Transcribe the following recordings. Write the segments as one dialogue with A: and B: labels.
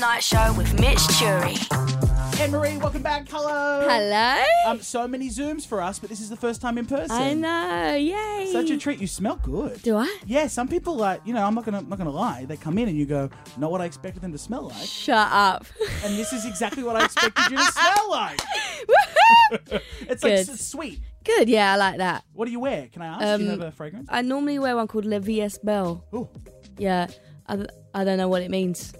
A: Night Show with Mitch Turi.
B: Anne Marie, welcome back. Hello.
C: Hello?
B: Um, so many Zooms for us, but this is the first time in person.
C: I know. Yay.
B: Such a treat. You smell good.
C: Do I?
B: Yeah, some people like you know I'm not gonna not gonna lie. They come in and you go, not what I expected them to smell like,
C: Shut up.
B: and this is exactly what I expected you to smell like. It's like
C: Good.
B: s- sweet.
C: Good. Yeah, I like that.
B: What do you wear? Can I ask? do you
C: Um,
B: have a fragrance?
C: I normally wear one called Le VS Belle.
B: Oh,
C: Yeah. I, I don't know what it means.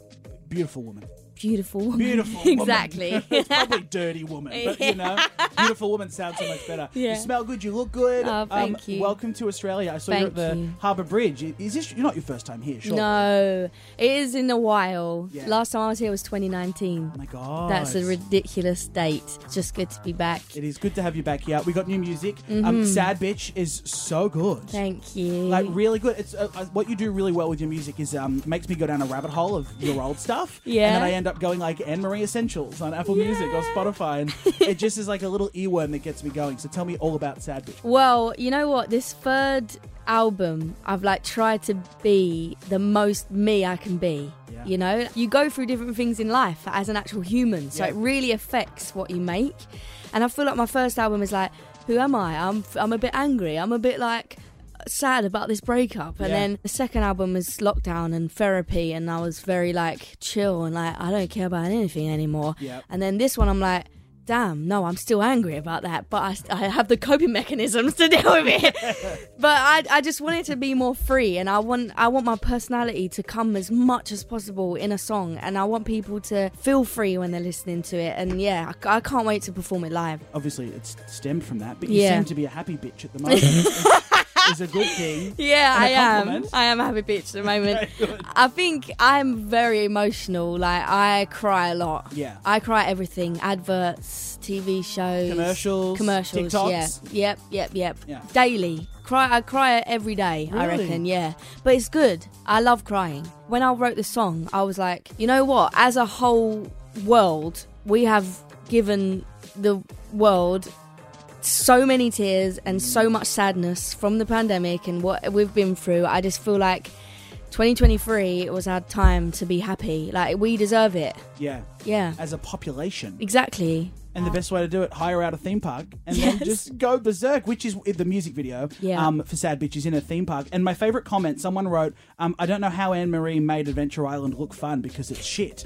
B: beautiful woman.
C: Beautiful. woman.
B: Beautiful. woman.
C: exactly.
B: it's probably dirty woman, but you know, beautiful woman sounds so much better.
C: Yeah.
B: You smell good. You look good. Um,
C: Oh, thank you.
B: Welcome to Australia. I saw you at
C: Thank
B: the
C: you.
B: Harbour Bridge. I- Is this? You're not your first time here, sure.
C: no, it is in a while.
B: Yeah.
C: Last time I was here was 2019.
B: Oh my God.
C: That's a ridiculous date. It's Just good to be back.
B: It is good to have you back here. We got new music. Um, Sad Bitch is so good.
C: Mm-hmm. Thank you.
B: like really good. It's uh, uh, what you do really well with your music is um makes me go down a rabbit hole of your old stuff.
C: Yeah.
B: and then I end up going like Anne Marie Essentials on Apple Music or
C: Yeah.
B: Spotify, and it just is like a little earworm that gets me going. So tell me all about Sad Bitch.
C: Well, you know what? This third album, I've like tried to be the most me I can be.
B: Yeah.
C: You know, you go through different things in life as an actual human, so
B: Yeah.
C: it really affects what you make. And I feel like my first album is like, who am I? I'm I'm a bit angry. I'm a bit like sad about this breakup. And
B: Yeah.
C: then the second album was lockdown and therapy, and I was very like chill and like I don't care about anything anymore.
B: Yeah.
C: And then this one, I'm like, damn, no, I'm still angry about that, but I, st- I have the coping mechanisms to deal with it. but I, I just want it to be more free, and I want I want my personality to come as much as possible in a song, and I want people to feel free when they're listening to it. And yeah, I, I can't wait to perform it live.
B: Obviously, it's stemmed from that, but you
C: Yeah.
B: seem to be a happy bitch at the moment. is a good thing.
C: Yeah,
B: And
C: I
B: a
C: am.
B: compliment.
C: I am a happy bitch at the moment.
B: good.
C: I think I'm very emotional. Like I cry a lot.
B: Yeah.
C: I cry at everything: adverts, TV shows,
B: Commercials,
C: commercials.
B: TikToks.
C: Yeah. Yep. Yep. Yep.
B: Yeah.
C: Daily. Cry. I cry every day. I
B: Really?
C: reckon. Yeah. But it's good. I love crying. When I wrote the song, I was like, you know what? As a whole world, we have given the world so many tears and so much sadness from the pandemic and what we've been through. I just feel like 2023 was our time to be happy. Like we deserve it.
B: Yeah,
C: Yeah,
B: as a population.
C: exactly.
B: And the best way to do it, hire out a theme park and then
C: Uh, Yes.
B: just go berserk, which is the music video
C: Yeah.
B: um, for Sad Bitches in a theme park. And my favorite comment someone wrote, um, I don't know how Anne Marie made Adventure Island look fun because it's shit.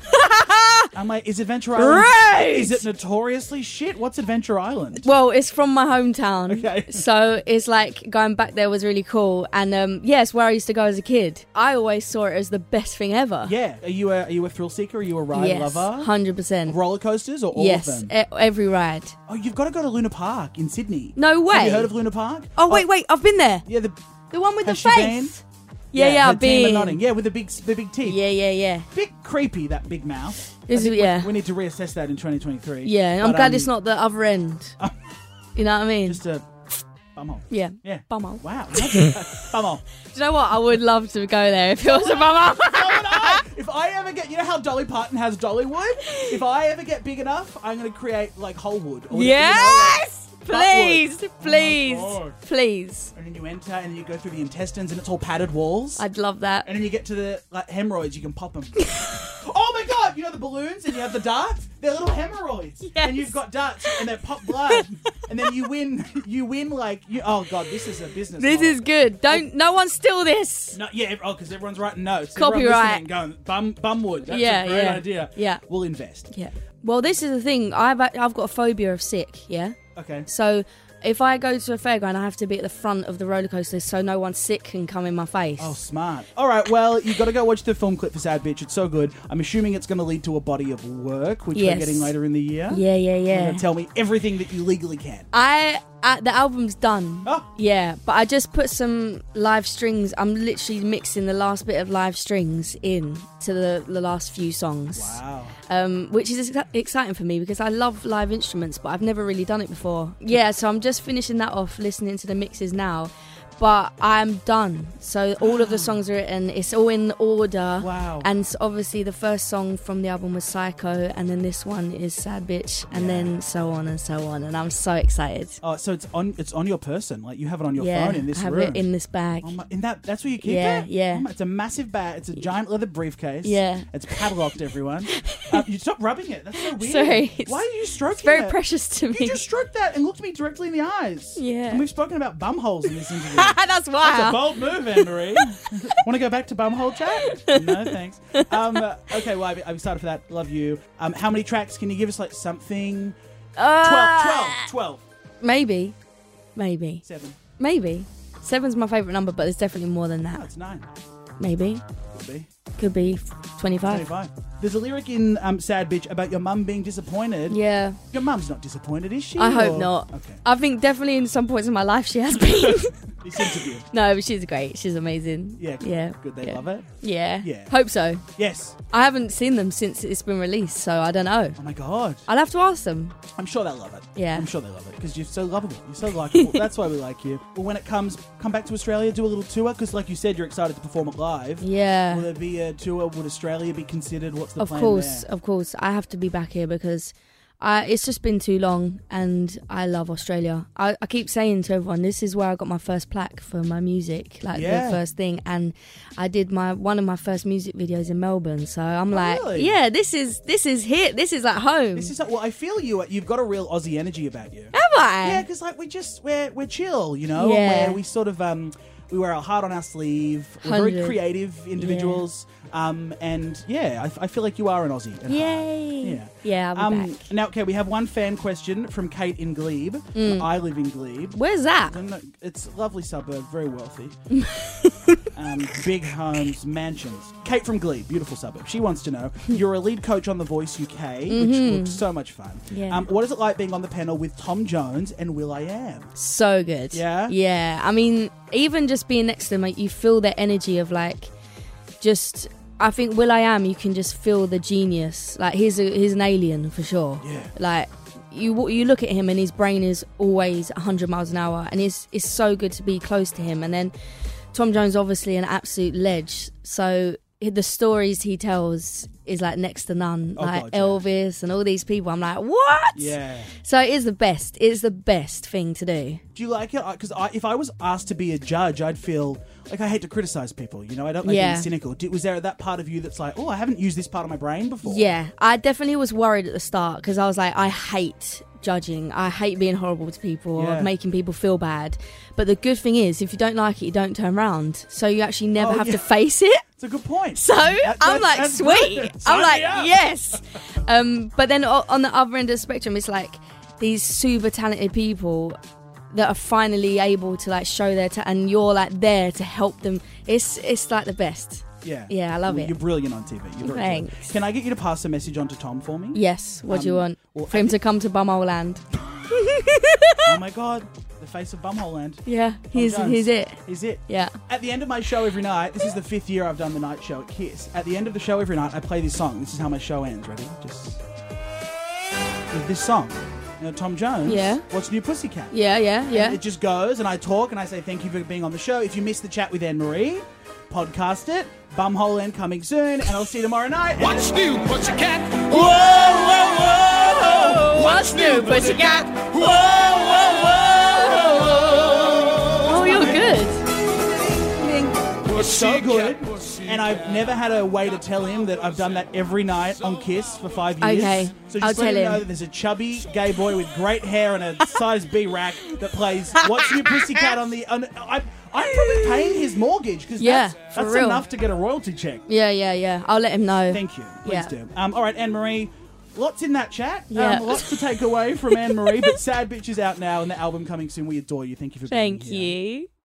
B: I'm like, is Adventure Island.
C: Right!
B: Is it notoriously shit? What's Adventure Island?
C: Well, it's from my hometown,
B: Okay.
C: so it's like going back there was really cool. And um, yeah, it's where I used to go as a kid. I always saw it as the best thing ever.
B: Yeah. Are you a, are you a thrill seeker? Are you a ride
C: yes,
B: lover?
C: hundred percent.
B: Roller coasters or all
C: Yes,
B: of them?
C: e- every ride.
B: Oh, you've got to go to Luna Park in Sydney.
C: No
B: Have
C: way.
B: you heard of Luna Park?
C: Oh wait, wait, I've been there.
B: Yeah, the.
C: The one with
B: Has she
C: the face. Yeah, yeah,
B: her
C: I've
B: team are
C: been.
B: nodding. Yeah, with the big, the big teeth.
C: Yeah, yeah, yeah.
B: bit creepy that big mouth.
C: Is it- yeah.
B: We need to reassess that in 2023.
C: Yeah, I'm
B: But,
C: glad
B: um,
C: it's not the other end. you know what I mean?
B: just a bumhole.
C: yeah.
B: Yeah.
C: Bummer.
B: Wow. bumhole.
C: Do you know what? I would love to go there if it was a bummer.
B: If I ever get, you know how Dolly Parton has Dollywood. If I ever get big enough, I'm going to create like Hollywood. Or, you know, like,
C: yes! Please,
B: buttwood.
C: please,
B: Oh my God.
C: please.
B: and then you enter, and then you go through the intestines, and it's all padded walls.
C: I'd love that.
B: and then you get to the like hemorrhoids. You can pop them. oh my god! You know the balloons, and you have the darts. They're little hemorrhoids, and you've got darts, and they pop blood, and then you win. You win like you. Oh god, this is a business.
C: This
B: model.
C: is good. Don't, no one steal this.
B: No, yeah, ev- oh, because everyone's writing notes.
C: Copyright.
B: Everyone listening going, bum, bumwood. That's
C: Yeah,
B: a great
C: yeah.
B: idea.
C: Yeah.
B: We'll invest.
C: Yeah. Well, this is the thing. I've, I've got a phobia of sick, yeah?
B: Okay.
C: So if I go to a fairground, I have to be at the front of the roller coaster so no one sick can come in my face.
B: Oh, smart. All right, well, you've got to go watch the film clip for Sad Bitch. It's so good. I'm assuming it's going to lead to a body of work, which we're
C: Yes.
B: getting later in the year.
C: yeah, yeah,
B: You're
C: yeah.
B: going to tell me everything that you legally can.
C: I uh, the album's done.
B: Oh.
C: Yeah, but I just put some live strings. I'm literally mixing the last bit of live strings in to the, the last few songs.
B: Wow.
C: Um, which is ex- exciting for me because I love live instruments, but I've never really done it before. Yeah, so I'm just finishing that off, listening to the mixes now. but I'm done. So all of the songs are written. It's all in order.
B: Wow.
C: And s obviously, the first song from the album was Psycho, and then this one is Sad Bitch, and then so on and so on. And I'm so excited.
B: Oh, so it's on it's on your person. Like you have it on your
C: yeah,
B: phone in this
C: I have
B: room.
C: it in this bag.
B: Oh my, in that that's where you keep
C: Yeah,
B: it.
C: yeah.
B: Oh my, it's a massive bag. It's a giant leather briefcase.
C: Yeah.
B: It's padlocked. Everyone, uh, you stop rubbing it. That's so weird.
C: Sorry, it's-
B: Why are you stroking
C: it's very
B: it?
C: precious to me.
B: You just stroked that and looked me directly in the eyes.
C: Yeah.
B: And we've spoken about bumholes in this interview.
C: That's why.
B: That's a bold move, Anne Marie. Want to go back to bumhole chat? No, thanks. Um, uh, okay, well, I'm- I'm excited for that. Love you. Um, how many tracks can you give us? Like something? 12, 12, 12,
C: Uh, Maybe, maybe,
B: 7.
C: maybe. Seven's my favorite number, but there's definitely more than
B: Oh,
C: that.
B: it's 9.
C: Maybe
B: Could be.
C: could be twenty-five.
B: 25. There's a lyric in um, Sad Bitch about your mum being disappointed.
C: Yeah,
B: Your mum's not disappointed, is she?
C: I hope
B: Or-
C: not.
B: Okay.
C: I think definitely in some points in my life she has been.
B: This interview.
C: no, but she's great. She's amazing.
B: Yeah. Good.
C: yeah,
B: Good. They
C: yeah.
B: love it.
C: Yeah.
B: Yeah.
C: Hope so.
B: Yes.
C: I haven't seen them since it's been released, so I don't know.
B: Oh my God.
C: I'll have to ask them.
B: I'm sure they love it.
C: Yeah.
B: I'm sure they love it because you're so lovable. You're so likable. That's why we like you. But when it comes, come back to Australia, do a little tour because, like you said, you're excited to perform it live.
C: Yeah.
B: Will there be a tour? Would Australia be considered? What's the
C: of
B: plan
C: course,
B: there?
C: of course, I have to be back here because I, it's just been too long, and I love Australia. I, I keep saying to everyone, this is where I got my first plaque for my music, like
B: Yeah.
C: the first thing, and I did my one of my first music videos in Melbourne. So I'm like,
B: Oh, really?
C: yeah, this is this is here, this is at home.
B: This is well. I feel you. You've got a real Aussie energy about you.
C: Have I?
B: Yeah, because like we just we're we're chill, you know.
C: Yeah.
B: Where we sort of um we wear our heart on our sleeve. We're very
C: Hundred.
B: creative individuals. Um and yeah, I f- I, feel like you are an Aussie. at heart.
C: Yay!
B: Yeah.
C: yeah I'll be
B: Um,
C: back.
B: now, okay, we have one fan question from Kate in Glebe.
C: Mm.
B: I live in Glebe.
C: Where's that?
B: I'm not- It's a lovely suburb, very wealthy. um, big homes, mansions. Kate from Glee, beautiful suburb. She wants to know
C: Hmm.
B: you're a lead coach on The Voice UK, which looks so much fun.
C: Mm-hmm. Yeah.
B: Um, what is it like being on the panel with Tom Jones and Will I Am?
C: so good.
B: Yeah?
C: Yeah. I mean, even just being next to them, like, you feel the energy of like, just. I think Will I Am, you can just feel the genius. Like he's a, he's an alien for sure.
B: Yeah.
C: Like you you look at him and his brain is always 100 miles an hour, and it's it's so good to be close to him. And then Tom Jones, obviously an absolute ledge. So the stories he tells is like next to none.
B: Oh,
C: like
B: God, yeah.
C: Elvis and all these people. I'm like, what?
B: Yeah.
C: So it is the best. It's the best thing to do.
B: Do you like it? Because I, if I was asked to be a judge, I'd feel like I hate to criticize people. You know, I don't like
C: Yeah.
B: being cynical. Do, was there that part of you that's like, oh, I haven't used this part of my brain before?
C: Yeah, I definitely was worried at the start because I was like, I hate judging. I hate being horrible to people
B: Yeah.
C: or making people feel bad. But the good thing is, if you don't like it, you don't turn around. So you actually never
B: Oh,
C: have
B: yeah.
C: to face it.
B: It's a good point.
C: So
B: That-
C: I'm
B: that's-
C: like,
B: that's
C: sweet.
B: brilliant.
C: I'm
B: Sign
C: like,
B: me up.
C: yes. Um, but then o- on the other end of the spectrum, it's like these super talented people that are finally able to like show their ta- and you're like there to help them. It's it's like the best.
B: Yeah.
C: Yeah, I love
B: Well,
C: it.
B: You're brilliant on TV. You're very
C: Thanks.
B: good. Can I get you to pass a message on to Tom for me?
C: Yes. What do you
B: Um,
C: want?
B: well,
C: For him
B: I-
C: to come to Bumhole Land.
B: Oh my god, the face of Bumhole Land.
C: yeah, he's
B: Jones.
C: he's it.
B: Is it?
C: Yeah.
B: At the end of my show every night, this is the fifth year I've done the night show at Kiss. At the end of the show every night, I play this song. This is how my show ends. Ready? Just with this song. Now, Tom Jones.
C: Yeah.
B: What's new, Pussycat?
C: Yeah, yeah, yeah.
B: It just goes, and I talk, and I say thank you for being on the show. If you missed the chat with Anne Marie, podcast it. Bumhole Land coming soon, and I'll see you tomorrow night.
D: What's new, pussycat? Whoa, whoa, whoa. What's new, pussycat? Whoa, whoa,
C: oh, you're good.
D: whoa. It's
B: so good. And I've never had a way to tell him that I've done that every night on Kiss for five years.
C: Okay,
B: So just
C: I'll
B: let
C: tell
B: him know
C: him.
B: that there's a chubby gay boy with great hair and a size B rack that plays What's Your Pussycat on the. On, I, I'm probably paying his mortgage because
C: Yeah,
B: that's,
C: for
B: that's
C: real.
B: enough to get a royalty check.
C: Yeah, yeah, yeah. I'll let him know.
B: Thank you. Please
C: Yeah.
B: do. Um, all right, Anne Marie. Lots in that chat.
C: Yeah.
B: Um, lots to take away from Anne Marie, but Sad Bitch is out now and the album coming soon. We adore you. Thank you for being
C: Thank
B: here.
C: you.